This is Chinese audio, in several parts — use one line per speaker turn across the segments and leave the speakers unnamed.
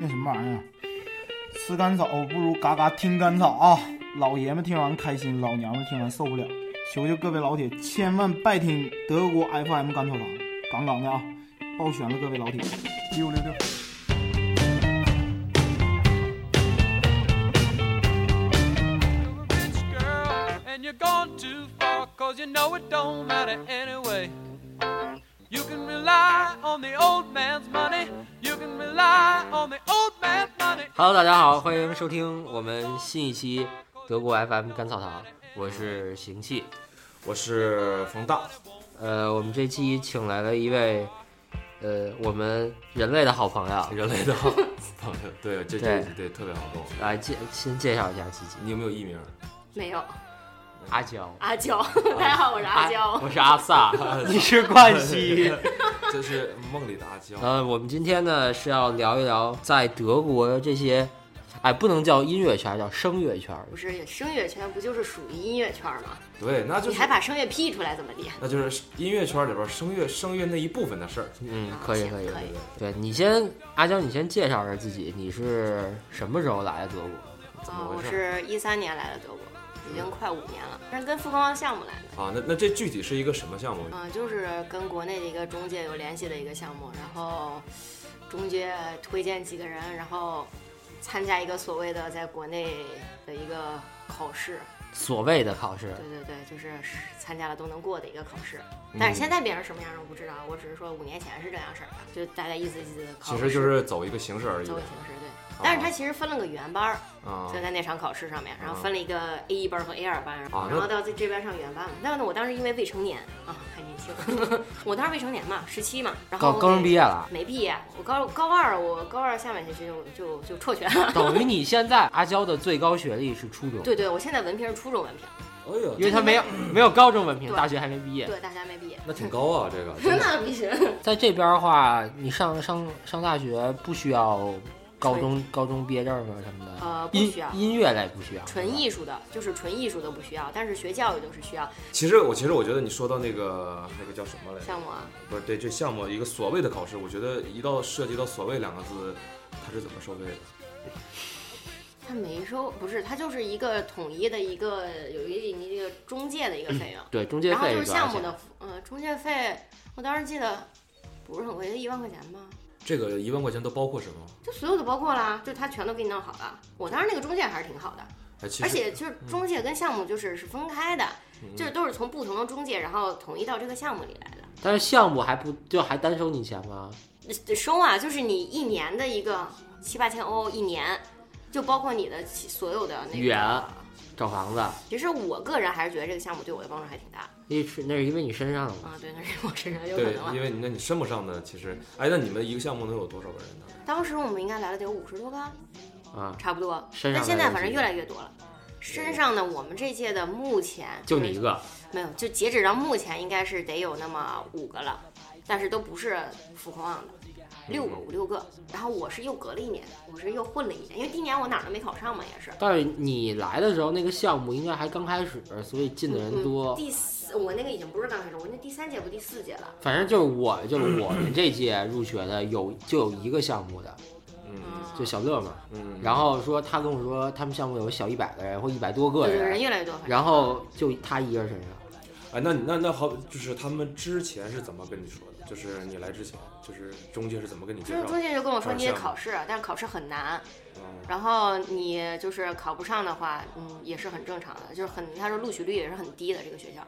那什么玩意儿，吃甘草不如嘎嘎听甘草啊！老爷们听完开心，老娘们听完受不了。求求各位老铁，千万拜听德国 FM 甘草堂，杠杠的啊！抱拳了，各位老铁，六 六六。
rich girl, and you're gone too far, cause you know it don't matter anyway. You can rely on the old man's money, you can rely on the old man's money.
Hello，大家好，欢迎收听我们新一期德国 FM 甘草堂，我是邢气。
我是冯大，
呃，我们这期请来了一位，呃，我们人类的好朋友，
人类的朋友，对，这
对
这对特别好跟我们。
来介先介绍一下自己，
你有没有艺名？
没有，
阿娇。啊
阿娇，大家好，我是阿娇。
我是阿萨， 你是冠希。
这是梦里的阿娇。
啊
呃，我们今天呢是要聊一聊在德国这些，哎，不能叫音乐圈，叫声乐圈。
不是声乐圈不就是属于音乐圈吗？
对，那就
你
是
还把声乐 P 出来怎么地？啊
那就是音乐圈里边声乐声乐那一部分的事儿。
嗯，可以，
行
可以，
可以
对你先，阿娇，你先介绍一下自己，你是什么时候来的德国？
啊，
么
我
回嗯
是一三年来的德国，已经快五年了，但是跟富邦项目来的。
啊，那那这具体是一个什么项目？
嗯、就是跟国内的一个中介有联系的一个项目，然后中介推荐几个人，然后参加一个所谓的在国内的一个考试，
所谓的考试
对，对对，就是参加了都能过的一个考试。
嗯
但是现在变成什么样儿我不知道，我只是说五年前是这样式儿的，就大概意思意思的考
其
试。
实就是走一个哦形式而已
走形式对。但是它其实分了个原班儿，
啊
就在那场考试上面，然后
啊
分了一个 A 一班儿和 A 二班儿，
啊那
然后到这这边上原班嘛。但是呢，我当时因为未成年啊，还年轻， 我当时未成年嘛，十七嘛，然后
高高中毕业了，
没毕业，我高高二，我高二下半学期就就就辍学了。
等于你现在阿娇的最高学历是初中，
对对，我现在文凭是初中文凭，
哎呦，
因为她没有没有高中文凭，
对
大学还没毕业。
对，大家没毕业，
那挺高 啊，这个真的
那必须。
在这边的话，你上上上大学不需要高中高中毕业证吗？什么的？
呃不
音
需要
音乐类不需要，
纯艺术的，就是纯艺术的不需要，但是学教育都是需要。
其实我其实我觉得你说到那个那个叫什么来着？
像我，
不是对这项目一个所谓的考试，我觉得一到涉及到“所谓”两个字，它是怎么收费的？
他没收，不是，他就是一个统一的一个有一你这个中介的一个费用，
对嗯中介
然后
费
就是是
多少
项目
钱？
的，呃，中介费，我当时记得不是很贵，就一万块钱吧，
这个一万块钱都包括什么？
就所有的包括啦，就他全都给你弄好了。我当时那个中介还是挺好的，
哎，其实
而且就是
嗯
中介跟项目就是是分开的，就是都是从不同的中介，然后统一到这个项目里来的。
但是项目还不就还单收你钱吗？
收啊，就是你一年的一个七八千欧一年，就包括你的其所有的那
语言
个。
找房子，
其实我个人还是觉得这个项目对我的帮助还挺大
那是那是因为你身上的嘛。
啊，对，那 是我身上有可
对
能，啊。嗯
因为你那你申不上呢，其实，哎，那你们一个项目能有多少个人呢？
当时我们应该来了得有五十多个，
啊，
差不多。
身上
但
的
现在
人
反正
是
越来越多了。身上呢，我们这届的目前
就你一，个，
没有，就截止到目前应该是得有那么五个了，但是都不是浮孔望的，六个五六个。然后我是又隔了一年，我是又混了一年，因为第一年我哪儿都没考上嘛，也是。
但是你来的时候那个项目应该还刚开始，所以进的人多。
嗯第四，我那个已经不是刚开始，我那第三届不第四届了。
反正就是我，就是我们这届入学的有就有一个项目的，
嗯
就小乐嘛。
嗯，
然后说他跟我说他们项目有小一百个人或一百多个
对对，人啊
人，
越来越多。反正
啊然后就他一个人身上。
哎，那你那那好，就是他们之前是怎么跟你说的？就是你来之前，就是中介是怎么跟你介
就是
绍
中
的？
介就跟我说
找
你得
项目
考试，但是考试很难，
嗯
然后你就是考不上的话，嗯，也是很正常的，就是很，他说录取率也是很低的这个学校，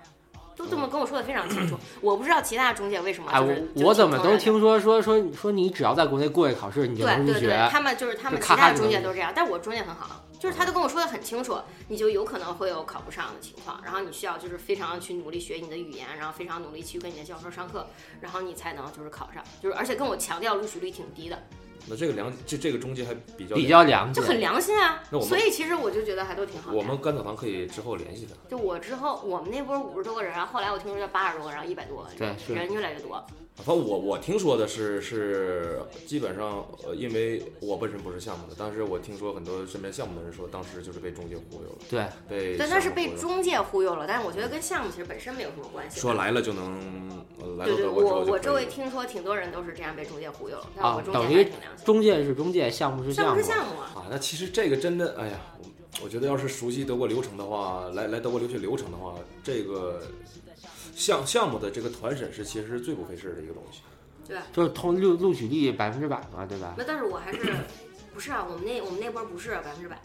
都这么跟我说的非常清楚。我不知道其他中介为什么
嗯哎，我
就是、就是
我怎么
这
都
样
听说说说说你只要在国内过一考试，你就能
对
入
对对，
学。
他们就是他们
就
其
咔咔
他
就
中介
能
都是这样，但我中介很好，就是他都跟我说的很清楚，你就有可能会有考不上的情况，然后你需要就是非常去努力学你的语言，然后非常努力去跟你的教授上课，然后你才能就是考上，就是而且跟我强调录取率挺低的，
那这个良这这个中介还比较
比较良
就
心，
很良心啊
那我，们
所以其实我就觉得还都挺好的。
我们甘草堂可以之后联系他。
就我之后，我们那波五十多个人，然后后来我听说就八十多个人，然后一百多个人，
对是
人越来越多。
反正我我听说的是是基本上，呃，因为我本身不是项目的，但是我听说很多身边项目的人说，当时就是被中介忽悠了，
对，
被
对，那是
项目忽
被
悠了
中介忽悠了，但是我觉得跟项目其实本身没有什么关系。
说来了就能呃来
对
到
对，
德国之
我
后就
我
可
周围
以
听说挺多人都是这样被中介忽悠了，但我
啊
中，介还
等
是挺
于
良心。
中介是中介，项目是
项目
项
是
目。
项目啊，
啊。那其实这个真的，哎呀，我我觉得要是熟悉德国流程的话，来来德国留学流程的话，这个项项目的这个团审是其实是最不费事的一个东西。
对吧？
就是通录录取率百分之百嘛，对吧？
那但是我还是不是啊？我们那我们那波不是百分之百，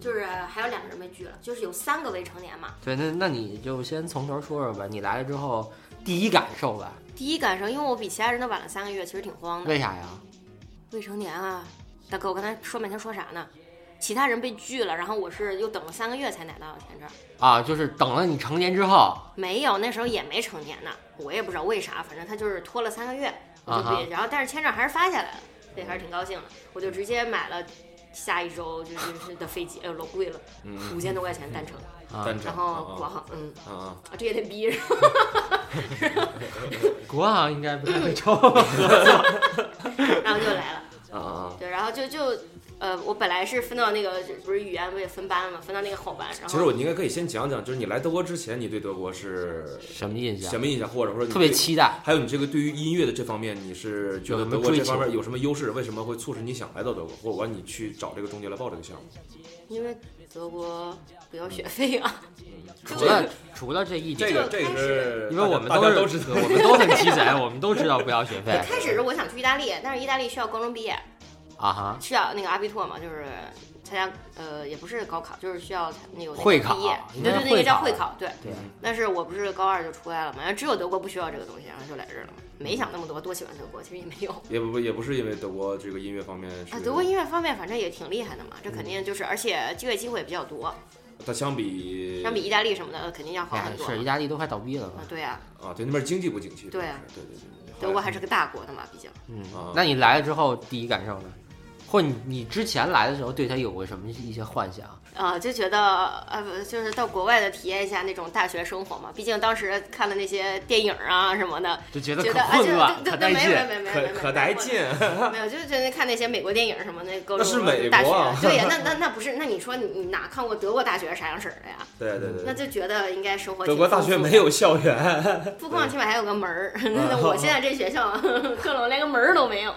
就是还有两个人被拒了，就是有三个未成年嘛。
对，那那你就先从头说说吧，你来了之后第一感受吧，
第一感受，因为我比其他人都晚了三个月，其实挺慌的。
为啥呀？
未成年啊，大哥，我刚才说半天说啥呢？其他人被拒了，然后我是又等了三个月才拿到签证，
啊，就是等了你成年之后，
没有，那时候也没成年呢，我也不知道为啥，反正他就是拖了三个月，我就
啊哈
别，然后但是签证还是发下来了，所以还是挺高兴的，我就直接买了下一周就就是的飞机，哎呦老贵了，五千多块钱单程，
啊
单程
然后国航，嗯，
啊啊啊，
啊这也得逼着，
国航应该不太会抽。
然后就来了，
啊啊啊！
对，然后就就呃，我本来是分到那个不是语言不也分班嘛，分到那个好班，然
其实我
后
你应该可以先讲讲，就是你来德国之前，你对德国 是
什么印象？
什么印象，或者说你
特别
对
期待。
还有你这个对于音乐的这方面，你是觉得
有什么
德国
追
这
求
方面有什么优势？为什么会促使你想来到德国，或者完你去找这个中介来报这个项目？
因为德国不要学费啊，就
除了除了这一点，
这个这
开
个
始
是
因为我们
大家大家
都
都
是
知道
我们都很鸡 贼，我们都知道不要学费
开始是我想去意大利，但是意大利需要高中毕业，
啊哈。
需要那个阿比托嘛，就是参加呃也不是高考，就是需要那个
会考
毕业，
应
对
该是
对对，那个叫
会
会
考
考，对。
对，
但是我不是高二就出来了嘛，然后只有德国不需要这个东西，然后就来这儿了嘛。没想那么多，多喜欢德国，其实也没有。
也不也不是因为德国这个音乐方面是
啊，德国音乐方面反正也挺厉害的嘛，这
嗯
肯定就是，而且就业机会也比较多，
它相比
相比意大利什么的呃肯定要好
哎
很多。
是意大利都快倒闭了嘛
啊，。对啊，
啊，对那边经济不景气，
对啊
主要是对对对，
德国还是个大国的嘛，毕竟。
嗯
啊，
那你来了之后第一感受呢？或你你之前来的时候对他有过什么一些幻想？
啊，就觉得呃，不就是到国外的体验一下那种大学生活嘛。毕竟当时看了那些电影啊什么的，
就觉
觉得啊，就对对对，没有没有没有没有没有
可可带劲，
没有，就是就是看那些美国电影什么那高
那
中
是美
大学
国啊，
对呀，那那那不是，那你说你你哪看过德国大学啥样式儿的呀？
对对对
那
对。
就觉得应该生活
德
挺
国大
丰
学
富
没
的，
有嗯校园
不光起码还有个门儿。那 我现在这学校克隆连个门儿都没有。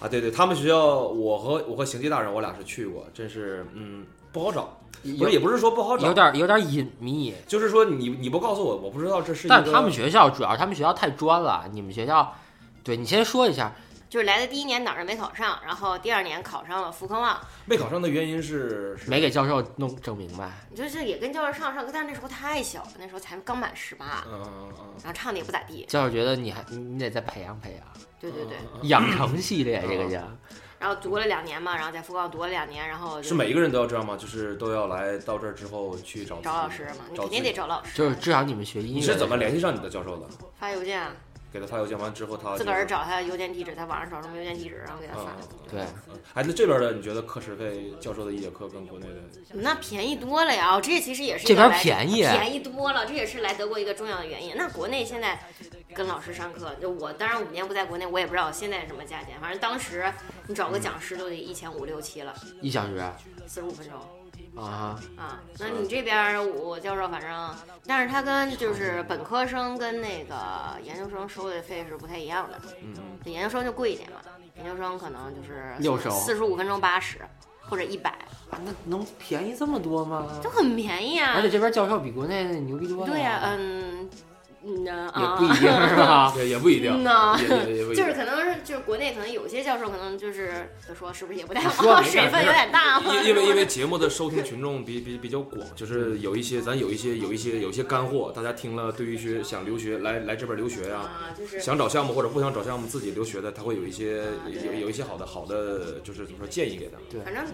啊！对对，他们学校，我和我和邢记大人，我俩是去过，真是嗯不好找，不是也不是说不好
有
找，
点有点隐秘。
就是说你你不告诉我，我不知道这是一个。
但他们学校主要他们学校太专了，你们学校，对你先说一下，
就是来的第一年哪儿也没考上，然后第二年考上了福科旺，
没考上的原因是是
没给教授弄整明白。
就是也跟教授上上课，但是那时候太小了，那时候才刚满十八，
嗯嗯嗯
然后唱的也不咋地。
教授觉得你还你你得再培养培养，
对对对，
嗯
养成系列这个叫
然后读了两年嘛，然后在福科旺读了两年，然后就是
每一个人都要这样吗？就是都要来到这儿之后去找
找老师嘛，你
找
肯定
自己
得。找老师，
就是至少你们学音乐
你是怎么联系上你的教授的？
发邮件啊。
给他发邮件完之后，
哦
他
自个儿
就是。
找他邮件地址，在网上找什么邮件地址，然后给他发。
对？
哎，那这边的你觉得课时费，教授的一节课跟国内的
那便宜多了呀！哦这其实也是
这
一个
边
来
便宜
便宜多了，这也是来德国一个重要的原因。那国内现在跟老师上课，就我当然五年不在国内，我也不知道现在什么价钱。反正当时你找个讲师都得一千五六七了，
一小时啊
四十五分钟
哈，
啊。那你这边儿我教授反正，但是他跟就是本科生跟那个研究生收的费是不太一样的。嗯，研究生就贵一点嘛，研究生可能就是
60
四十五分钟八十或者一百。
啊那能便宜这么多吗
就？很便宜啊。
而且这边教授比国内牛逼多了。
对呀、嗯，嗯呢
也
啊，
不一定是吧？
也也不一定，
嗯呐
也也 也不一
就是
定。
可能是就是国内可能有些教授可能就是就说是不是也不太
你说
好，
没事
水分有点大嘛。
因因为 因为节目的收听群众比比比较广，就是有一些咱有一些有一些有一些干货，大家听了对于学想留学来来这边留学呀、
啊，就是
想找项目或者不想找项目自己留学的，他会有一些有有一些好的好的就是怎么说建议给他。
反正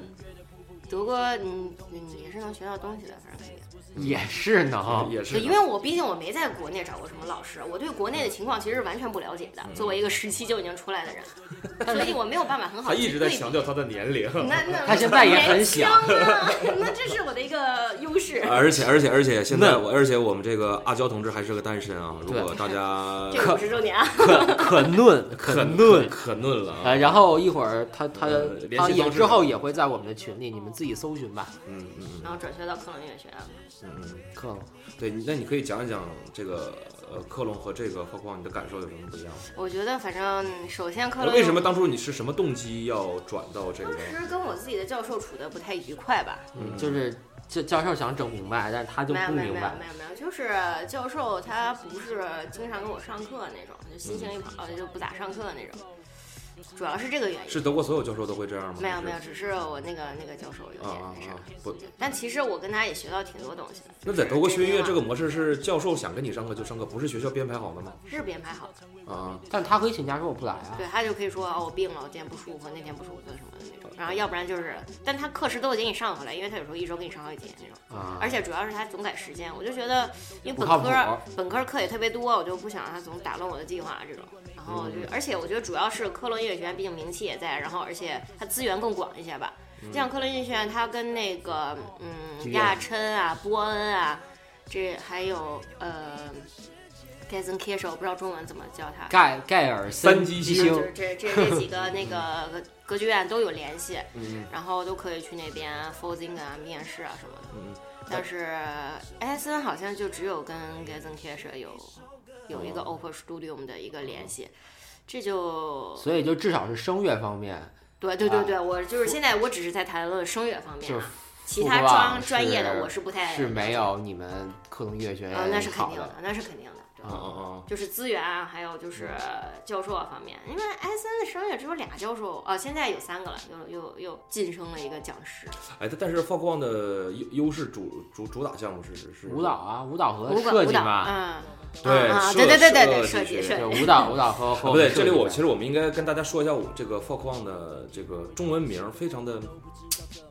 德国你你也是能学到东西的，反正肯定。
也是能，
也
对，
是
因为我毕竟我没在国内找过什么老师，我对国内的情况其实是完全不了解
嗯
的。作为一个十七就已经出来的人，所以我没有办法很好
他
地
一
去
直在
对比
强调他的年龄。
那那
他现在也很小
年轻啊，那这是我的一个优势。
而且而且而且，现在我而且我们这个阿娇同志还是个单身啊！如
对
果大家
这个五十周年啊，
可嫩可
可
嫩。
可嫩了
呃，
啊，
然后一会儿他他
呃联系
他也
方式
之后也会在我们的群里，你们自己搜寻吧。
嗯嗯嗯
然后转学到科隆音乐学院了。
嗯嗯，
克隆，
对，你那你可以讲一讲这个呃克隆和这个包括你的感受有什么不一样吗？
我觉得反正首先科
呃
隆
为什么当初你是什么动机要转到这个
当？时跟我自己的教授处的不太愉快吧？
嗯
就是教教授想整明白，但是他就
没有
不
没有
明
没有
白。
没有没有，就是教授他不是经常给我上课那种，就心情一不好就不咋上课那种，主要是这个原因。
是德国所有教授都会这样吗？
没有没有，
还是
只是我那个那个教授有
啊
点
啊
那啥
啊。！不，
但其实我跟他也学到挺多东西的。
那在德国学音乐这
个
个模式是教授想跟你上课就上课，不是学校编排好的吗？
是编排好的，
啊，
但他可以请假说我不来啊。
对他就可以说哦我病了，我今天不舒服，那天不舒服什么的那种。然后要不然就是，但他课时都已经给你上回来，因为他有时候一周给你上好几节那种。
啊，
而且主要是他总改时间，我就觉得因为
不
本
靠谱
科本科课也特别多，我就不想让他总打乱我的计划这种。然后我就，
嗯
而且我觉得主要是科隆音乐学院，毕竟名气也在，然后而且它资源更广一些吧。
嗯
像科隆音乐学院，它跟那个
剧
嗯
院
亚琛啊、波恩啊，这还有呃 g a z o n k i s h 我不知道中文怎么叫它，
盖盖尔
三
基
基
就
星
是这这这几个那个歌剧院都有联系，
嗯
然后都可以去那边 f o l d i n g 啊、面试啊什么的。
嗯
但是艾森好像就只有跟 g a z e n k i s h 有有一个
哦
Opera Studium 的一个联系，这就
所以就至少是声乐方面，
对对对对，我就是现在我只是在谈论声乐方面
就是
啊，其他
副
专
棒
专业的
是
我是不太
是没
啊、
有你们克隆音乐学
那
院
是肯
好
定的，那是肯定的。对
嗯
啊啊啊！
就是资源啊，还有就是教授啊方面，因为埃森的声乐只有俩教授，哦，现在有三个了，又又又晋升了一个讲师，
哦
哎，但但是 Fog One 的优优势主主主打项目是是是
舞蹈，啊，舞蹈和
舞蹈
设
舞
计
蹈，
嘛，
嗯，
对
啊啊
设
对对对对对，
设
设
计
计
学
设
院
计，
对舞蹈舞蹈和
啊
和
不对，
和
这里
设计
我
嘛
其实我们应该跟大家说一下，我们这个 Fog One 的这个中文名非常的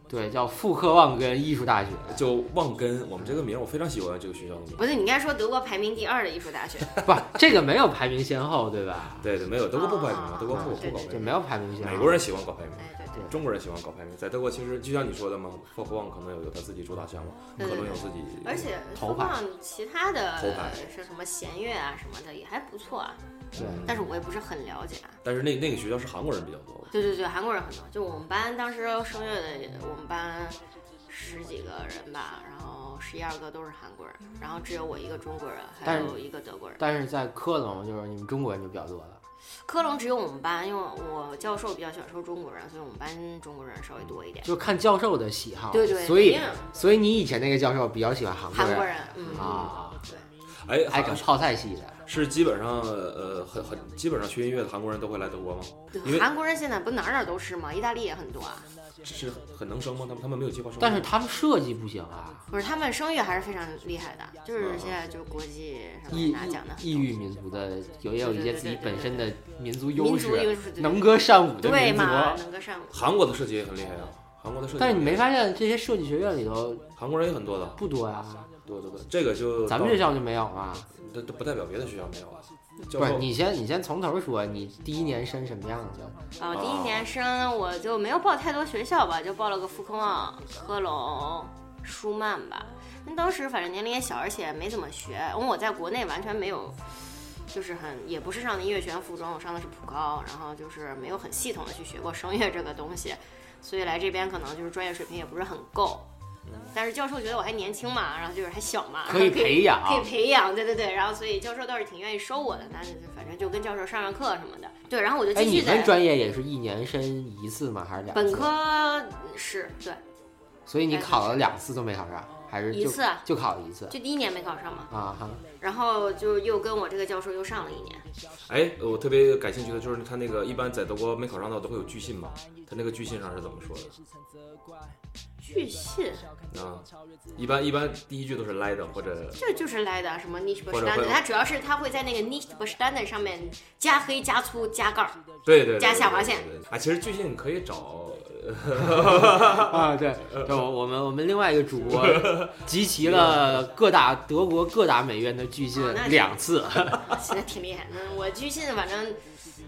对叫富克旺根艺术大学，
就忘根，我们这个名我非常喜欢这个学校的名。
不是你应该说德国排名第二的艺术大学，
不这个没有排名先后对吧？
对对，没有德国不排名啊
啊，
德国不
啊
不搞排
哦对，
名，
没有排名先后。
美国人喜欢搞排名。
哎，对对
中国人喜欢搞排名，在德国其实就像你说的嘛，Fog One 可能有有他自己主打项目，
对
可
对
能有自己，嗯
而且
嗯头
说
牌
上其他的
头牌
是什么弦乐啊什么的也还不错啊，
对
但是我也不是很了解啊。
但是那那个学校是韩国人比较多，
对对对，韩国人很多。就我们班当时声乐的，我们班十几个人吧，然后十一二个都是韩国人，然后只有我一个中国人，还
但是
有一个德国人。
但是在科隆就是你们中国人就比较多了，
科隆只有我们班，因为我教授比较喜欢收中国人，所以我们班中国人稍微多一点。
就看教授的喜好。
对对，
所
肯
以
定
所以你以前那个教授比较喜欢韩
韩国
国
人，嗯，
啊，
对，
哎，
爱搞
还
泡菜系的。
是基本上呃很很基本上学音乐的韩国人都会来德国吗？因为
韩国人现在不哪儿哪儿都是吗？意大利也很多啊，
是很能生吗？他们他们没有计划生吗，
但是他们设计不行啊，
不是他们声乐还是非常厉害的，就是现在就是国际上面
异
拿奖的很多
异域民族的有也有一些自己本身的民族优
民族优
势，
势，对
能歌善舞的
对
民族。啊
嘛，能歌善舞。
韩国的设计也很厉害啊，韩国的设计，
但是你没发现这些设计学院里头
韩国人也很多的，
不多呀、
多多多，这个就
咱们学校就没有啊。
这这不代表别的学校没有啊，教
不是，
授
你先你先从头说，你第一年升什么样子？
啊，我第
哦
一年升我就没有报太多学校吧，就报了个福科旺、科隆、舒曼吧。那当时反正年龄也小，而且没怎么学，因为我在国内完全没有，就是很也不是上的音乐学院附中，我上的是普高，然后就是没有很系统的去学过声乐这个东西，所以来这边可能就是专业水平也不是很够。但是教授觉得我还年轻嘛，然后就是还小嘛，
嗯可以
然后
培养，
可以培养，对对对，然后所以教授倒是挺愿意收我的，但是反正就跟教授上上课什么的，对，然后我就
哎，
继
你
续在
们专业也是一年升一次吗？还是两次？
本科是对
所以你考了两次都没考上，还是就
一次啊，
就考了一次
就第一年没考上嘛，
啊哈？
然后就又跟我这个教授又上了一年，
哎，我特别感兴趣的就是他那个一般在德国没考上的都会有拒信嘛，他那个拒信上是怎么说的
巨信，
啊？一般一般第一句都是 Leiden 或者
这就是来的什么 niche
或者
bestandard，
会
它主要是它会在那个 niche bestandard 上面加黑、加粗、加 杠，
对对对
加下划线
对对对啊，其实拒信可以找
啊，对，就我们我们另外一个主播集齐了各大德国各大美院的巨信
哦那是
两次，啊
现在挺厉害的。嗯我巨信反正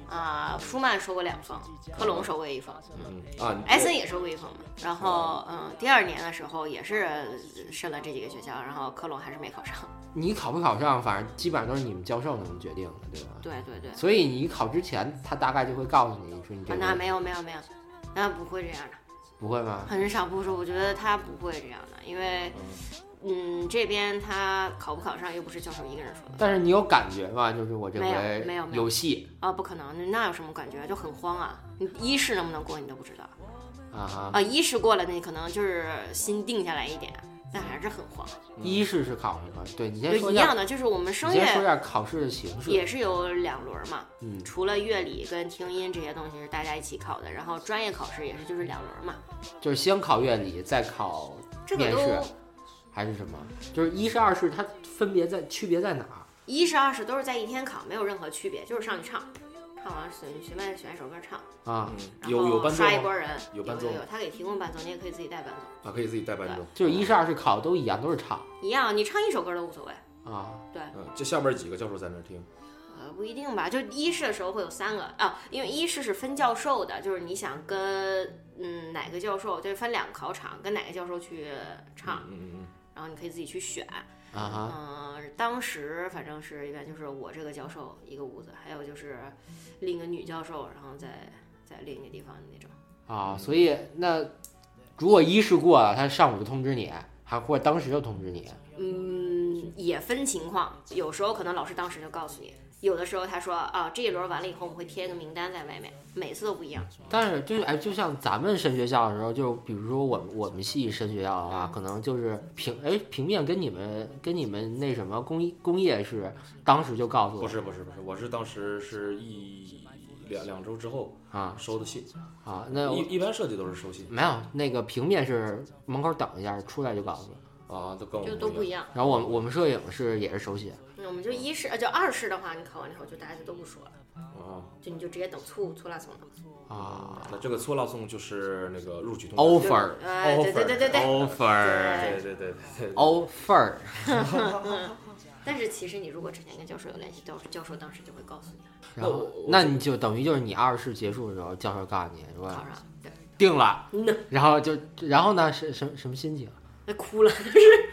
啊、舒曼收过两封，科隆收过一封，
嗯啊，你
埃森也收过一封嘛。然后嗯，第二年的时候也是呃申了这几个学校，然后科隆还是没考上。
你考不考上，反正基本上都是你们教授能决定的，对吧？
对对对，
所以你考之前，他大概就会告诉你，说你这
啊那
个
没有没有没有，那不会这样的。
不会吗？
很少不是，我觉得他不会这样的，因为，嗯，这边他考不考上又不是教授一个人说的，
但是你有感觉吗？就是我这
没有
回
没有没有
有戏
啊，不可能，那有什么感觉？就很慌啊！你一试能不能过你都不知道
啊哈，
啊，一试过了，那你可能就是心定下来一点，但还是很慌。
一试是考什么？对你先
就
说
一
下
样，的，就是我们声
你先说一
乐
下考试的形式。
也是有两轮嘛，
嗯，
除了乐理跟听音这些东西是大家一起考的，然后专业考试也是就是两轮嘛，
就是先考乐理，再考
这个
面试
都，
还是什么？就是一试、二试，它分别在区别在哪儿？
一是二是都是在一天考，没有任何区别，就是上去唱，唱完随随便选一首歌唱，
啊，
然
嗯有有
后
伴奏
刷一
吗？
波人，
有
有
伴奏
有有，他给提供伴奏，你也可以自己带伴奏，
啊，可以自己带伴奏。
就是一试、二试考的都一样，都是唱
一样，你唱一首歌都无所谓。
啊。
嗯，这下边几个教授在那儿听，
呃，不一定吧，就一试的时候会有三个啊，因为一试是分教授的，就是你想跟嗯哪个教授，就是分两个考场，跟哪个教授去唱，
嗯嗯嗯，
然后你可以自己去选。
啊哈，
嗯、当时反正是一般就是我这个教授一个屋子，还有就是另一个女教授，然后再在另一个地方的那种。
啊，所以那如果一试过了，他上午就通知你，还或者当时就通知你
嗯，也分情况，有时候可能老师当时就告诉你，有的时候他说啊这一轮完了以后我们会贴一个名单在外面，每次都不一样。
但是就是哎，就像咱们升学校的时候，就比如说我们我们系升学校的话，可能就是平哎平面跟你们跟你们那什么工艺工业是当时就告诉
不
我
是不是不是，我是当时是一两两周之后
啊
收的信，
啊，那我
一一般设计都是收信
没有那个平面是门口等一下出来就告诉，
啊，都跟我
就
们
嗯都不一
样。
样，
然后我们我们摄影是也是手写
那我们就一试，呃，就二试的话，你考完了以后就大家就都不说了，
啊，
就你就直接等促促拉送了。
啊
那这个错拉送就是那个录取通知
对
offer
哎，对对对对对。
offer
对对对对对
offer
但是其实你如果之前跟教授有联系，教教授当时就会告诉你
然后
我
那你就等于就是你二试结束的时候，教授告诉你是
考
吧？
上，对，
定了
嗯呐，
然后就然后呢是什什么心情？
那哭 了，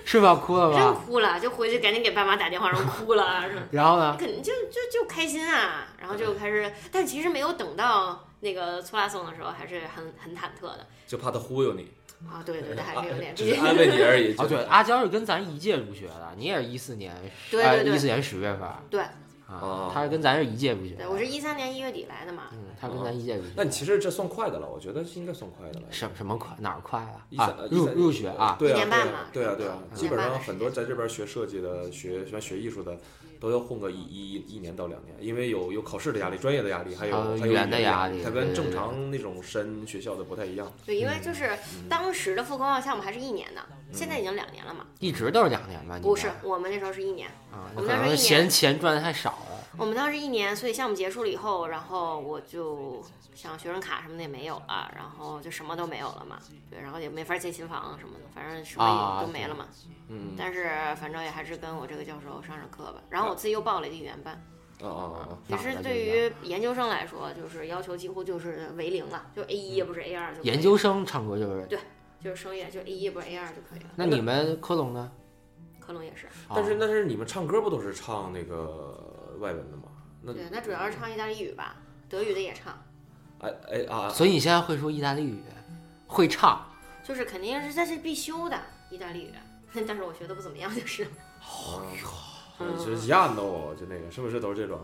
是吧？哭了
真
吧？
哭了，就回去赶紧给爸妈打电话，然后哭了，是吧
然后呢？
肯定就就就开心啊，然后就开始，但其实没有等到那个搓拉送的时候，还是很很忐忑的
就怕他忽悠你，
啊，对对对，还是 有点
只是安慰你而已。
哦，对，阿娇是跟咱一届入学的，你也是一四年，呃
对对对
一四年十月份，
对
啊
哦，
他是跟咱是一届入学
对，
的，
我是一三年一月底来的嘛，
嗯，他跟咱一届入学的。
那你其实这算快的了，我觉得应该算快的了。
什么什么快哪儿快啊？
一三
啊
呃，一
入
三
入学啊，
对啊
一年半嘛嗯
对啊对啊对啊，
一年半的
基本上
时间
很多在这边学设计的、学学学艺术的，都要混个一一一年到两年，因为有有考试的压力、专业的压力，还有
还有
还有
啊语
语
言
言
的压力
它
对对
跟正
对
常那种深学校的不太一样。
对，因为
嗯
就是当时的复工号项目还是一年呢，现在已经两年了嘛，
一直都是两年吧？你
不是
们
我们那时候是一年，
啊，
我
可
们那时候
能
一
嫌
年
钱赚的太少了。
我们当时一年，所以项目结束了以后，然后我就像学生卡什么的也没有了，然后就什么都没有了嘛，对，然后也没法借新房什么的，反正什么
啊
也都没了嘛。
嗯，
但是反正也还是跟我这个教授上上课吧，然后我自己又报了一个语言班。
啊啊啊啊！
其
啊哪儿
实
的
对
语言
于研究生来说，就是要求几乎就是为零了，就 A 一也不是 A 二就可以
嗯
了
研究生唱歌就是，
对就是声乐，就 A 一也不是 A 二就可以了。
那你们科隆呢？
科隆也是，
啊
但是但是你们唱歌不都是唱那个外文的吗？那
对，那主要是唱意大利语吧，德语的也唱，
哎哎啊，
所以你现在会说意大利语，会唱，
就是肯定是这是必修的意大利语， 但是我学的不怎么样，就是。
嗯就是一样的哦，就那个是不是都是这种？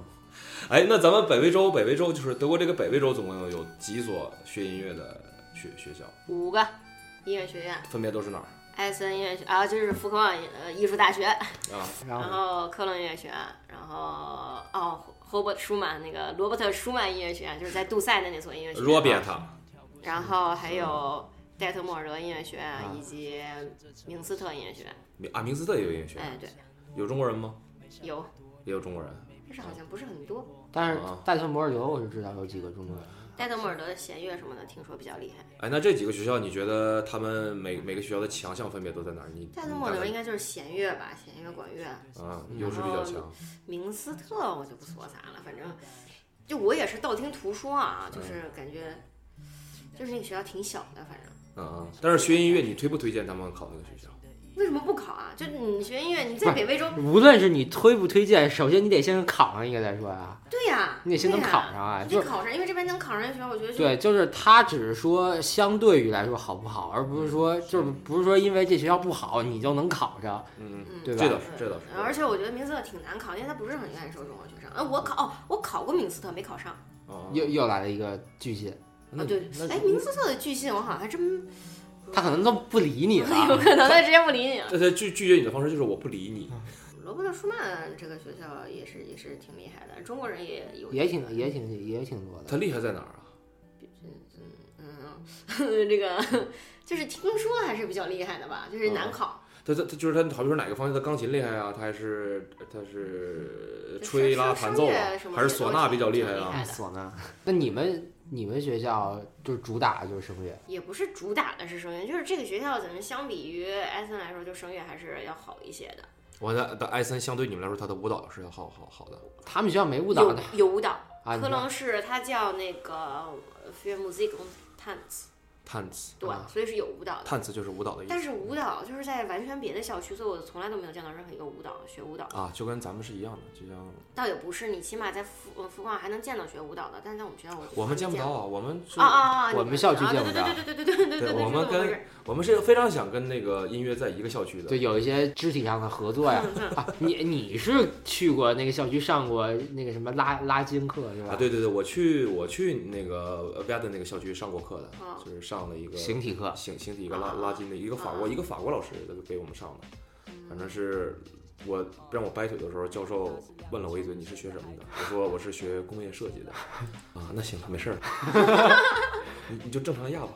哎，那咱们北威州，北威州就是德国这个北威州，总共有有几所学音乐的学学校，
五个音乐学院，
分别都是哪儿
艾森音乐学啊，就是福克旺呃艺术大学，
啊？
然
然
后
后科隆音乐学院，然后哦，霍伯特舒曼那个罗伯特舒曼音乐学院，就是在杜塞的那所音哎乐学
罗
院，
宾塔，
然后还有戴特莫尔德音乐学院、
啊
以及明斯特音乐学院，
啊，明斯特也有音乐学
哎
院，
对，
有中国人吗？
有，
也有中国人。
但是好像不是很多。
但是
啊
戴特摩尔德我是知道有几个中国人，
戴特莫尔德的弦乐什么的，听说比较厉害。
哎，那这几个学校，你觉得他们每每个学校的强项分别都在哪儿？你
戴特莫
嗯
尔德应
该
该就是弦乐吧，弦乐管乐。
啊，优势比较强。
明斯特我就不说啥了，反正就我也是道听途说啊，
嗯
就是感觉就是那个学校挺小的，反正
嗯嗯，但是学音乐，你推不推荐他们考那个学校？
为什么不考啊？就你学音乐，你在北威州，
啊无论是你推不推荐，首先你得先考上一个再说呀、
对呀、呀，
你得先能
对呀
考上啊
你
就
得
是
考上，因为这边能考上的学校，我觉得就
对，就是他只是说相对于来说好不好，而不是说就是不是说因为这学校不好你就能考上，
嗯，
嗯，
对吧
这倒是，这倒是。
而且我觉得明斯特挺难考，因为它不是很愿意收中国学生。哎，我考哦，我考过明斯特没考上。
啊
又又来了一个巨蟹，
啊，对，哎，明斯特的巨信我好像还 真
他可能都不理你
有
了。
可能他直接不理你了。
但他拒拒绝你的方式就是我不理你，
罗伯特舒曼这个学校也是也是挺厉害的，中国人也有
也挺也挺也挺多的，
他厉害在哪儿啊？
嗯， 这个就是听说还是比较厉害的吧，就是难考。
他他他就是他，好比说哪个方向，他钢琴厉害啊，他还是他是
就
吹
声
拉
声
弹奏啊
乐什，么
还是
也都
唢呐比较
挺
厉
挺
害
厉
啊
害？
啊唢呐。那你们你们学校就是主打就是声乐，
也不是主打的是声乐，就是这个学校咱们相比于艾森来说，就声乐还是要好一些的。
我的的艾森相对你们来说，他的舞蹈是要好好好的。
他们学校没舞蹈的
有有舞蹈，
啊？你
科
说
隆是它叫那个 f i l m u s i c und Tanz，
探子，
对，
啊
所以是有舞蹈的。
探子就是舞蹈的意
但
思
是舞蹈就是在完全别的校区，所以我从来都没有见到任何一个舞蹈学舞蹈的，
啊，就跟咱们是一样的，就像
倒也不是你起码在福呃福冈还能见到学舞蹈的，但是在我们学校我就
我们见
从
不
来
到
没
啊，我们是
过。啊啊啊！
我
你
们校区
啊
见不到
对对对对对对对
对
对对对，
我
是
们
这么回
跟
啊
事
我们是非常想跟那个音乐在一个校区的。
对，有一些肢体上的合作
嗯
呀。啊，你你是去过那个校区上过那个什么拉拉筋课是吧？
啊，，对对对，我去我去那个呃 v a d 那个校区上过课的，
哦
就是上了一个
形体课。
形形体一个拉
啊
拉筋的一个法国、
啊
一个法国老师给我们上的，
嗯
反正是我让我掰腿的时候，教授问了我一嘴，你是学什么的？我说我是学工业设计的。啊，那行了，没事儿， 你你就正常压吧，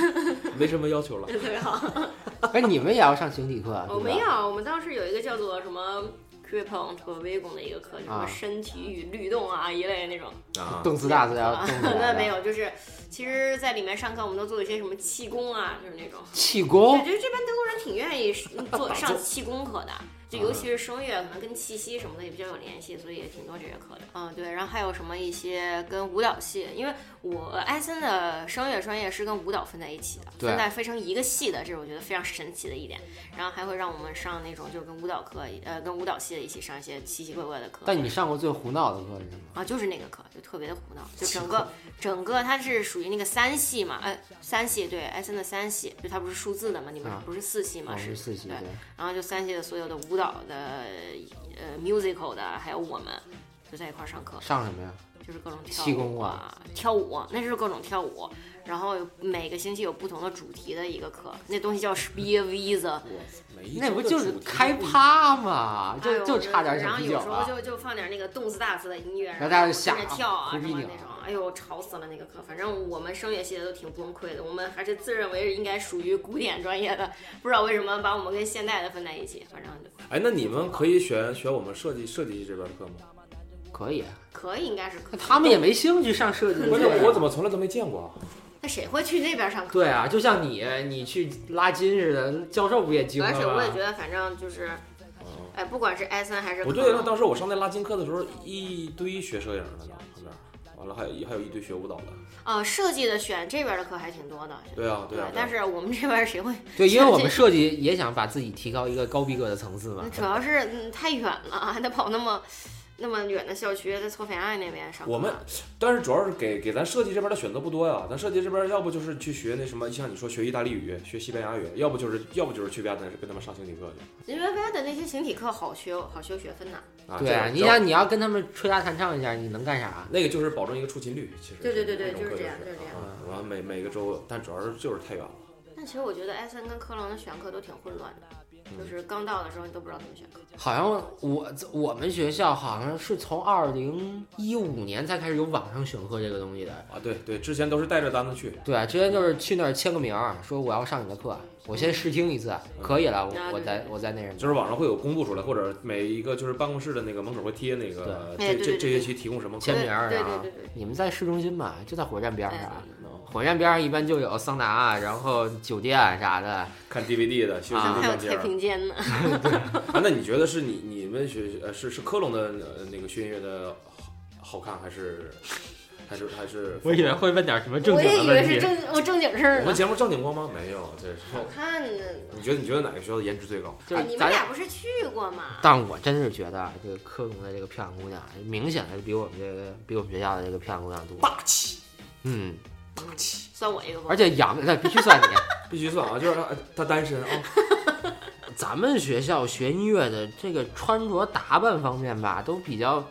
没什么要求了。
特别好。
哎，你们也要上形体课？啊
我
对吧
没有，我们当时有一个叫做什么 c r i p o n t o v i g o n 的一个课，什么
啊
身体与律动啊一类的那种。
啊，
动次大次要动次大次。啊
那没有，就是其实，在里面上课，我们都做一些什么气功啊，就是那种。
气功
对，就是这边德国人挺愿意 做上
坐
气功课的，就尤其是声乐，可能跟气息什么的也比较有联系，所以也挺多这些课的。嗯，对，然后还有什么一些跟舞蹈系，因为我艾森的声乐专业是跟舞蹈分在一起的，
对
分在分成一个系的，这是我觉得非常神奇的一点。然后还会让我们上那种就是跟舞蹈课，呃，跟舞蹈系的一起上一些奇奇怪怪的课。
但你上过最胡闹的课是什么？
啊，就是那个课，就特别的胡闹，就整个整个它是属于那个三系嘛，哎，三系对，艾森的三系，就它不是数字的嘛，你们
啊
不是四系嘛，
我是
是
四系
对
对，
然后就三系的所有的舞蹈的，呃，musical 的，还有我们。就在一块儿上课，
上什么呀？
就是各种跳
气
舞
功
啊，跳舞，那是各种跳舞，然后有每个星期有不同的主题的一个课，那东西叫 Spielwiese，
我每一
那不
周的
就是
主题
开
不一
趴嘛，
哎
就
呦
就差点
然
小
后
啤
有
酒
时候
了。
就就放点那个动次打次的音乐，然
啊后大家就
跟着
吓
跳啊
胡
什
逼
么
扭
那种，哎呦，吵死了那个课。反正我们声乐系的都挺崩溃的，我们还是自认为是应该属于古典专业的，不知道为什么把我们跟现代的分在一起，反正就
哎，那你们可以选选我们设计设计系这边的课吗？
可以，啊
可以，应该是可
那
以。
他们也没兴趣上设计的
关
课
键我
呀。
怎么从来都没见过啊？
那谁会去那边上课？
对啊，就像你你去拉筋似的，教授不也惊
而且
了
我也觉
吗？
得，反正就是，哎，不管是艾森还是
哦不
克
对，那
隆
当时我上那拉筋课的时候，一堆学摄影的呢，旁边，完了还有一还有一堆学舞蹈的。
呃，设计的选这边的课还挺多的。
对啊，对啊。对啊
但是我们这边谁会？
对，因为我们设计也想把自己提高一个高逼格的层次嘛
那。主要是嗯太远了，还得跑那么那么远的校区，在索菲亚那边上课。
我们但是主要是给给咱设计这边的选择不多呀、咱设计这边要不就是去学那什么，像你说学意大利语、学西班牙语，要不就是要不就是去别的跟他们上形体课去。
因为 v 的那些形体课好修好修学分呐。
啊，
对啊，
这
你
这
想你要跟他们吹拉弹唱一下，你能干啥？
那个就是保证一个出勤率，其实
对对对对
那种
就是
课
这样
是
就是这样
啊，然后每每个周，但主要是就是太远了。
但其实我觉得艾森跟科隆的选课都挺混乱的，
嗯
就是刚到的时候你都不知道怎么选课。
好像我我们学校好像是从二零一五年才开始有网上选课这个东西的。
啊，对对，之前都是带着单子去，
对，啊之前就是去那儿签个名儿，说我要上你的课，我先试听一次，可以了，
啊
我我
对
再
对
我再那什么。
嗯
就是网上会有公布出来，或者每一个就是办公室的那个门口会贴那个
对哎
这
对
这
对对
这学期提供什么课
签名儿
对
啊
对对对对！
你们在市中心嘛，就在火车站边上啊
哎。
火车站边上一般就有桑拿，啊然后酒店啊啥的。
看 DVD 的休息
啊
录
还有
像
太
间。
平间呢，
啊，那你觉得是你你们学呃是是科隆的呃那个学音乐的好好看，还是还是还是
我以啊为会问点什么正
我
经
也
的
以
问
为是
题。
正我正经事儿
我们
呢。
节目正经过吗？没有，这是
好看呢，
你觉得你觉得哪个学校的颜值最高？
就
哎
是
你们
咱，
俩不是去过吗？
但我真是觉得这个科工的这个漂亮姑娘，明显的比我们这个比我们学校的这个漂亮姑娘多。
霸气，
嗯，
算我一个吧。
而且杨，那必须算你。
必须算啊！就是他他单身啊，
咱们学校学音乐的这个穿着打扮方面吧，都比较，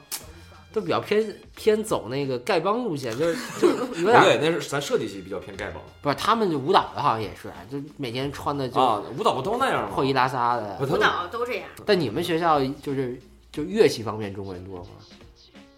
都比较偏偏走那个丐帮路线，就是就有
不
点
对，那是咱设计系比较偏丐帮
不是他们舞蹈的，好像也是，就每天穿的就，
啊舞蹈不都那样吗？
破衣拉撒
不
的。
他
舞蹈都这样，
但你们学校就是就乐器方面中国人多吗？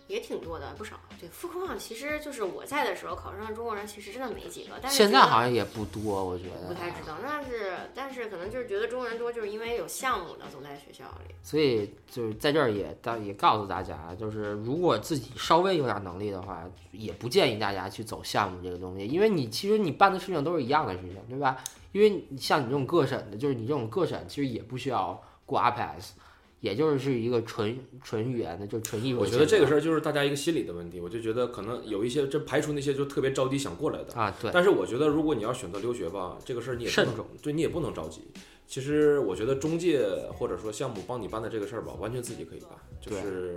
也挺多的，不少。对，复工啊，其实就是我在的时候，考上中国人其实真的没几个，但是
现在
觉得
好像也不多，我觉
不
得。
太知道。但是但是可能就是觉得中国人多，就是因为有项目的总在学校里。
所以就是在这儿也大也告诉大家，就是如果自己稍微有点能力的话，也不建议大家去走项目这个东西，因为你其实你办的事情都是一样的事情，对吧？因为你像你这种个审的，就是你这种个审其实也不需要过 IPS，也就是一个纯纯语言的，就是纯艺术
我
的
觉
现象。
得这个事儿就是大家一个心理的问题，我就觉得可能有一些，这排除那些就特别着急想过来的，
啊，对，
但是我觉得，如果你要选择留学吧，这个事儿你也不
慎
能，对你也不能着急。其实我觉得中介或者说项目帮你办的这个事儿吧，完全自己可以办，就
对
是，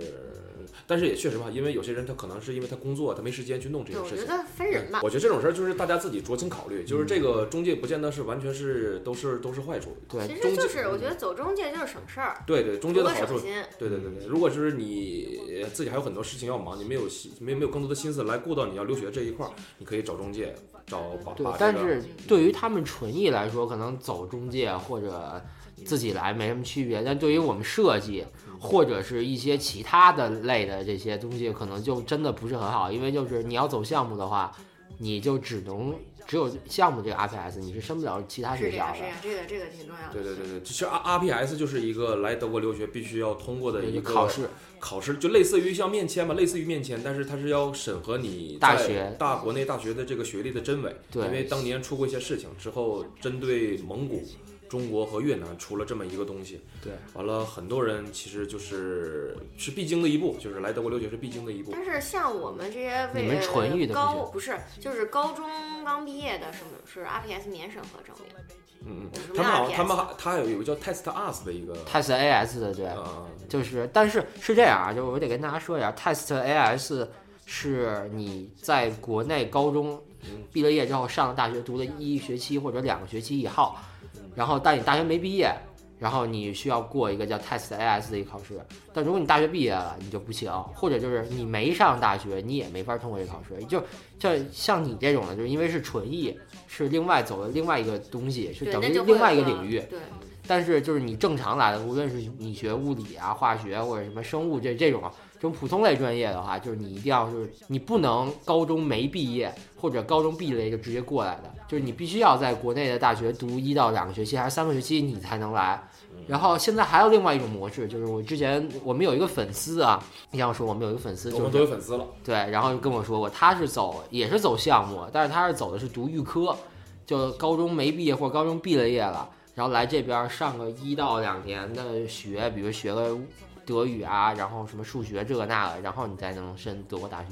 但是也确实吧，因为有些人他可能是因为他工作，他没时间去弄这
对，
件
我
事
觉
情。嗯
得分人吧。
我觉得这种事儿就是大家自己酌情考虑，就是这
嗯
个中介不见得是完全是都是都是坏处。
对
其
中介
实就是我觉
嗯
得走中介就是省事儿，
对对，中
图
介的
个
好
省
处，
心。
对对
嗯
对对。如果就是你呃自己还有很多事情要忙，你没有心没没有更多的心思来顾到你要留学这一块儿，你可以找中介，找把
对
把这，
但
个
是对于他们纯艺来说，可能走中介或者自己来没什么区别。但对于我们设计
嗯
或者是一些其他的类的这些东西，可能就真的不是很好，因为就是你要走项目的话，你就只能只有项目这个 RPS，你是升不了其他
是
学
这
校
样，
的
是这。样，这个这个挺重要的。
对对对对，其实 R R P S 就是一个来德国留学必须要通过的
对
一
就
个
考试，
考试就类似于像面签吧，类似于面签，但是它是要审核你
大
在
学
大国内大学的这个学历的真伪。
对
因为当年出过一些事情之后，针对蒙古、中国和越南出了这么一个东西，
对，
完了很多人其实就是是必经的一步，就是来德国留学是必经的一步。
但是像我们这些为
你们纯育的不行
高不是就是高中刚毕业的，什么是 RPS 免审核证明？
嗯嗯
有什，么
他们好像他
RPS
们还他还有一个叫 Test Us 的一个，
它是 AS 的，对，
呃，
就是，但是是这样啊，就是我得跟大家说一下，Test AS 是你在国内高中嗯毕了业之后上了大学读了一学期或者两个学期以后，然后但你大学没毕业，然后你需要过一个叫 Test AS 的一个考试。但如果你大学毕业了，你就不行，或者就是你没上大学，你也没法通过这个考试。就像像你这种的，就是因为是纯艺，是另外走的另外一个东西，是
对，
等
那
于
就会
另外一
有
个领域。
对，
但是就是你正常来的，无论是你学物理啊、化学或者什么生物这这种这种普通类专业的话，就是你一定要是你不能高中没毕业或者高中毕了就直接过来的，就是你必须要在国内的大学读一到两个学期还是三个学期你才能来。
嗯
然后现在还有另外一种模式，就是我之前我们有一个粉丝啊，你想说我们有一个粉丝
我
就
们都
是
有粉丝了，
对，然后就跟我说过，他是走也是走项目，但是他是走的是读预科，就高中没毕业或者高中毕了业了，然后来这边上个一到两年的学，比如学个德语啊，然后什么数学这个那个，然后你才能升德国大学。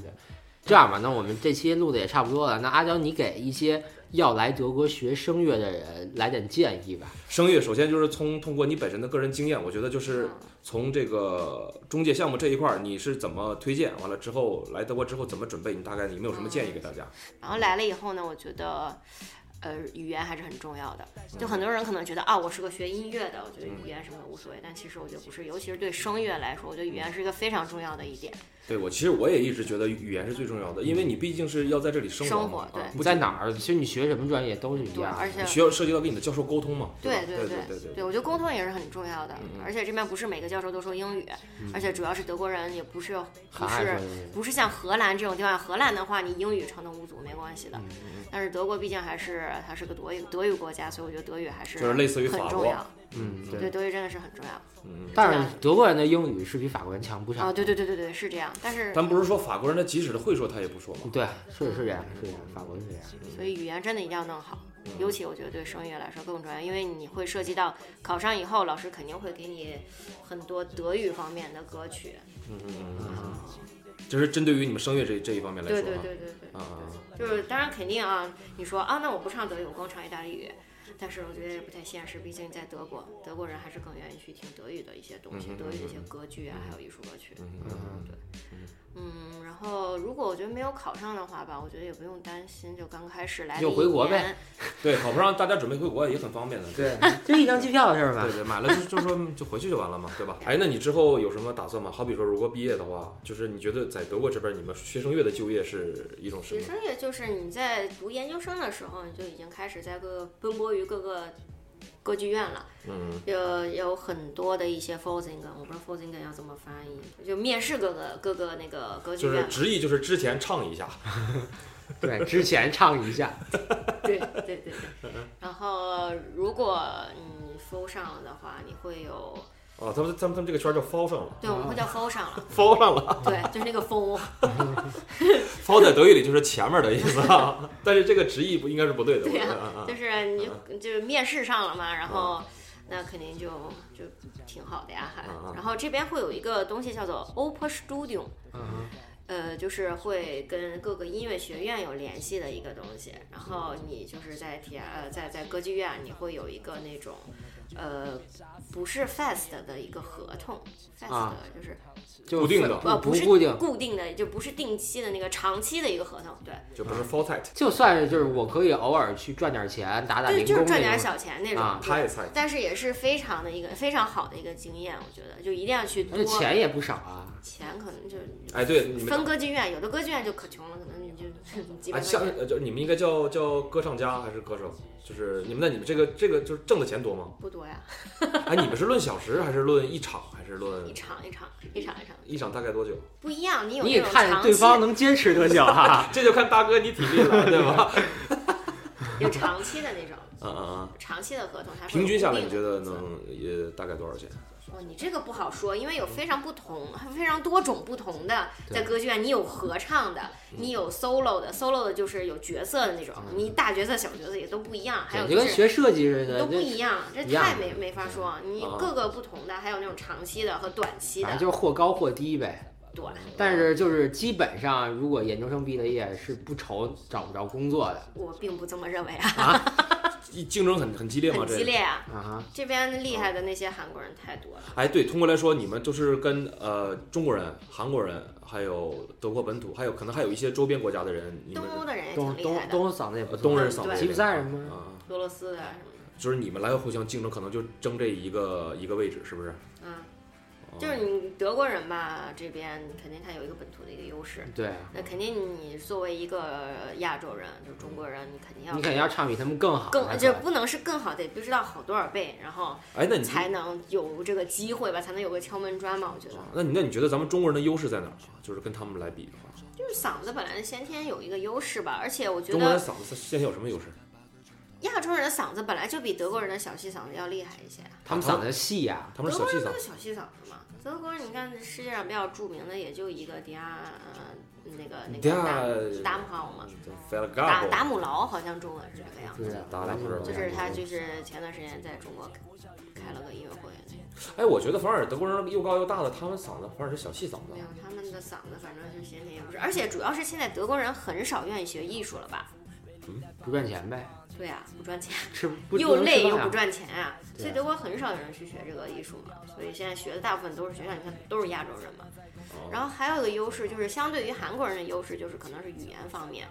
这样吧，那我们这期录的也差不多了，那阿娇你给一些要来德国学声乐的人来点建议吧。
声乐首先就是从通过你本身的个人经验，我觉得
嗯
就是从这个中介项目这一块儿，你是怎么推荐？完了之后来德国之后怎么准备？你大概你有没有什么建议给大家？
然后来了以后呢，我觉得。呃，语言还是很重要的。就很多人可能觉得啊，我是个学音乐的，我觉得语言什么的无所谓。但其实我觉得不是，尤其是对声乐来说，我觉得语言是一个非常重要的一点。
对我其实我也一直觉得语言是最重要的，因为你毕竟是要在这里生
生
嘛，
活
啊
对
你在哪儿？其实你学什么专业都是一
对，
样的。
而且
你需要涉及到跟你的教授沟通嘛？
对
对
对
对
对
对
对，我觉得沟通也是很重要的
嗯，
而且这边不是每个教授都说英语，而且主要是德国人，也不是
很
不
爱说
是
英语
不是像荷兰这种地方，荷兰的话你英语畅通无阻没关系
嗯
的，但是德国毕竟还是它是个德语德语国家，所以我觉得德语还是
就是类似于法
很重
国
要，
嗯，
对，德语真的是很重要
嗯。
但是德国人的英语是比法国人强不少。
啊，对对对对对是这样，但是
咱不是说法国人他即使他会说他也不说嘛？
对，是是这
嗯
样，是这样，法国是这样。
所以语言真的一定要弄好，
嗯
尤其我觉得对声乐来说更重要，因为你会涉及到考上以后，老师肯定会给你很多德语方面的歌曲，
嗯嗯嗯。嗯就是针对于你们声乐这这一方面来说
对
啊，
对对对对，
啊啊，啊
就是当然肯定啊，你说啊，那我不唱德语，我光唱意大利语，但是我觉得也不太现实，毕竟在德国，德国人还是更愿意去听德语的一些东西，
嗯哼
德语的一些
嗯哼
歌剧啊，还有艺术歌曲。
嗯嗯嗯
对，嗯，然后如果我觉得没有考上的话吧，我觉得也不用担心，就刚开始来
就
的
回
一
国呗
年。
对，考不上大家准备回国也很方便的，
对，就一张机票的事儿嘛
对。对，买了就就说就回去就完了嘛，对吧？啊哎，那你之后有什么打算吗？好比说，如果毕业的话，就是你觉得在德国这边，你们学声乐的就业是一种什
学
么？
生也就是你在读研究生的时候，你就已经开始在各奔波于各个歌剧院了，
嗯，
有有很多的一些 f o l s i n g 我不知道 f o l s i n g 要怎么翻译，就面试各个各个那个歌剧
就
院
是
嘛。
直译就是之前唱一下，
对，之前唱一下，
对对对对。然后如果你 f o 上了的话，你会有，
哦，他们他们他们这个圈儿叫 f 上 了
对，我们会叫 f o 上了，
f 上了
对，就是那个风。
f 在德语里就是前面的意思 啊，但是这个直译不应该是不对的，我
对
觉
啊
得啊啊
就是你就就面试上了嘛，然后那肯定就就挺好的呀，还
嗯嗯
然后这边会有一个东西叫做 Opera Studio，
嗯，
呃，就是会跟各个音乐学院有联系的一个东西，然后你就是在体呃在在歌剧院你会有一个那种。呃，不是 fast 的一个合同，fast
啊
就是
就
固定的
呃
不
不是
固定，
固定的，就不是定期的那个长期的一个合同，对，
就不是 f o t i t
就算是就是我可以偶尔去赚点钱，打打
对，
零
就
工
是赚点
那种。
小钱那种
啊，
对
太菜，
但是也是非常的一个非常好的一个经验，我觉得就一定要去
而
多
且钱也不少啊，
钱可能就
哎，对，你们
分歌剧院，有的歌剧院就可穷了，可能 你
啊
就几百
哎，
块
像
钱。
呃，就是你们应该叫叫歌唱家还是歌手？就是你们那你们这个这个就是挣的钱多吗？
不多呀，
哎，你们是论小时还是论一场还是论
呃
一场一场一场一场
一场大概多久？
不一样，你有
你
那
也
种
看
长
对
期
方能坚持多久啊？
这就看大哥你体力了， 对吧？
有长期的那种
嗯嗯嗯。
长期的合同，它会有
平均下来，
固
你觉
定的
得
工资
能也大概多少钱？
哦，你这个不好说，因为有非常不同、非常多种不同的，在歌剧院，你有合唱的，
嗯
你有 solo 的，solo 的就是有角色的那种，你大角色、小角色也都不一 样，还有
对
就
跟
是
学设计似的，
都不
就
一样，这
一样嗯
太没没法说。你
啊
各个不同的，还有那种长期的和短期
反正
的，
就是或高或低呗。
对，
但是就是基本上，如果研究生毕了业是不愁找不着工作的
我并不这么认为啊，
一竞争很很激烈吗？
很
这
激烈啊。
啊哈。
这边厉害的那些韩国人太多了，
哎，对，通过来说，你们就是跟呃中国人、韩国人，还有德国本土，还有可能还有一些周边国家的人，你
东
们
欧的人也哎挺
东
厉
东
害的，
东嗓子也不
呃
错
东人嗓子
对
也
吉普赛人
啊
吗？
啊，
俄罗斯的什么的，
就是你们来回互相竞争，可能就争这一个一个位置，是不是？啊
嗯。
哦
就是你德国人吧，这边肯定他有一个本土的一个优势，
对，
那肯定你作为一个亚洲人，就是中国人，你肯定要
你肯定要唱比他们更好才
更，
可以。
就不能是更好，得不知道好多少倍，然后
哎，那你
才能有这个机会吧，才能有个敲门砖嘛。我觉得
啊那你那你觉得咱们中国人的优势在哪儿？啊就是跟他们来比的话，
就是嗓子本来先天有一个优势吧，而且我觉
中国人
得
嗓子现在有什么优势？
亚洲人的嗓子本来就比德国人的小细嗓子要厉害一些。啊
他们嗓子细呀、
他们是
德
小
国
气
人
嗓
都是，小细嗓子嘛。德国人，你看世界上比较著名的也就一个迪亚，呃那个那
迪
个
亚
达达姆豪嘛，
叫 Fela
达
Gabo
达姆劳好像中文是这个样
对啊
子。
呀，
打篮球儿
就是他就是前段时间在中国开了个音乐会，
哎，我觉得反而德国人又高又大的，他们嗓子反而是小气嗓子
没。有他们的嗓子反正就先天也不是，而且主要是现在德国人很少愿意学艺术了吧？
不赚钱呗，
对呀、不赚钱。
吃 不
又
能吃
累
饭
又
啊
不赚钱啊，
对
所以德国很少有人去学这个艺术嘛，所以现在学的大部分都是学校，你看都是亚洲人嘛。
啊
然后还有一个优势就是相对于韩国人的优势就是可能是语言方面，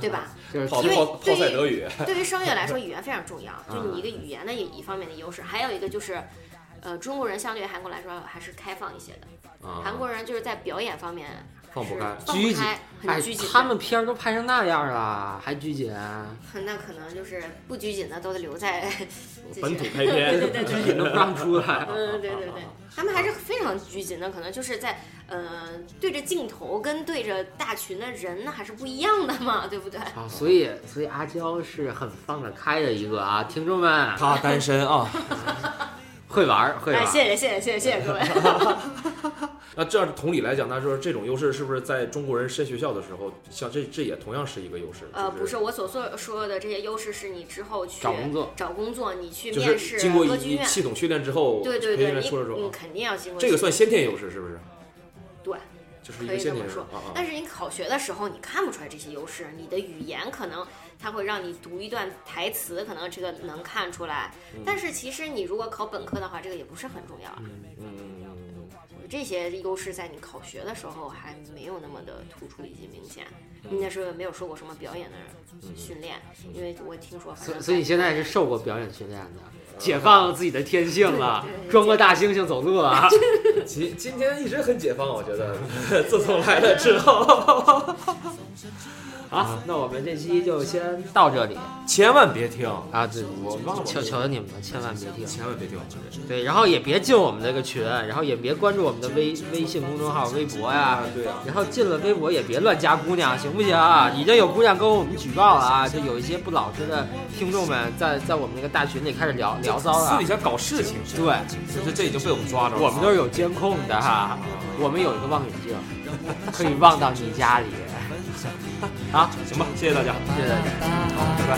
对吧？
就是
泡
因为
泡泡
对
菜
于
德语，
对于声乐来说，语言非常重要，就你一
嗯
个语言的一方面的优势，还有一个就是。呃，中国人相对于韩国来说还是开放一些的。
啊
韩国人就是在表演方面
放不
是
开
放
拘
不
谨
开，很
哎
拘，谨。
他们片儿都拍成那样了，还拘谨、啊，
那可能就是不拘谨的都得留在这
本
些
土啊开篇，
拘谨都不让出来。
嗯，对对对，他们还是非常拘谨的，可能就是在呃对着镜头跟对着大群的人那还是不一样的嘛，对不对？
啊，所以所以阿娇是很放得开的一个啊，听众们
他单身啊。
会玩儿会玩
哎，
儿，
谢谢谢谢谢谢谢 谢各位。
那这样同理来讲，那说这种优势是不是在中国人申学校的时候，像这这也同样是一个优势？就
呃，不是，我 所说说的这些优势是你之后去
找工作
找工作你去
就是
面试
经过
歌
一
剧
一
院，
系统训练之后，
对对
培
对，
训
你
出来之后啊
你，肯定要经过
这个算先天优势是不是？
对，
就是一
可
个
以
限
这
定
么
人
说
啊啊。
但是你考学的时候，你看不出来这些优势。你的语言可能它会让你读一段台词，可能这个能看出来。
嗯
但是其实你如果考本科的话，这个也不是很重要啊。
嗯，
这些优势在你考学的时候还没有那么的突出以及明显。
嗯
你那时候也没有受过什么表演的训练，因为我听说反
所
正
所以你现在是受过表演训练的，解放自己的天性了
嗯对对，对
装个大猩猩走路啊！
今今天一直很解放，我觉 得，自从来了之后，
好，那我们这期就先到这里
千万别听，
啊！对，
我忘了
求求求你们了，千万别听。
千万别听，
对，然后也别进我们这个群，然后也别关注我们的微微信公众号、微博呀。
对啊
然后进了微博也别乱加姑娘，行不行啊？已经有姑娘跟我们举报了啊，就有一些不老实的听众们在在我们那个大群里开始聊聊骚了啊
私底。下搞事情，
对，
就是这已经被我们抓着了。
我们都是有监控的哈，我们有一个望远镜， 可以望到你家里。 好，
行吧，谢谢大家。
谢谢大家。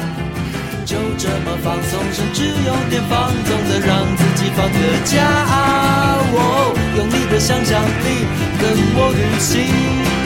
就这么放松，甚至有点放纵的让自己放个假。哦，用你的想象力跟我旅行。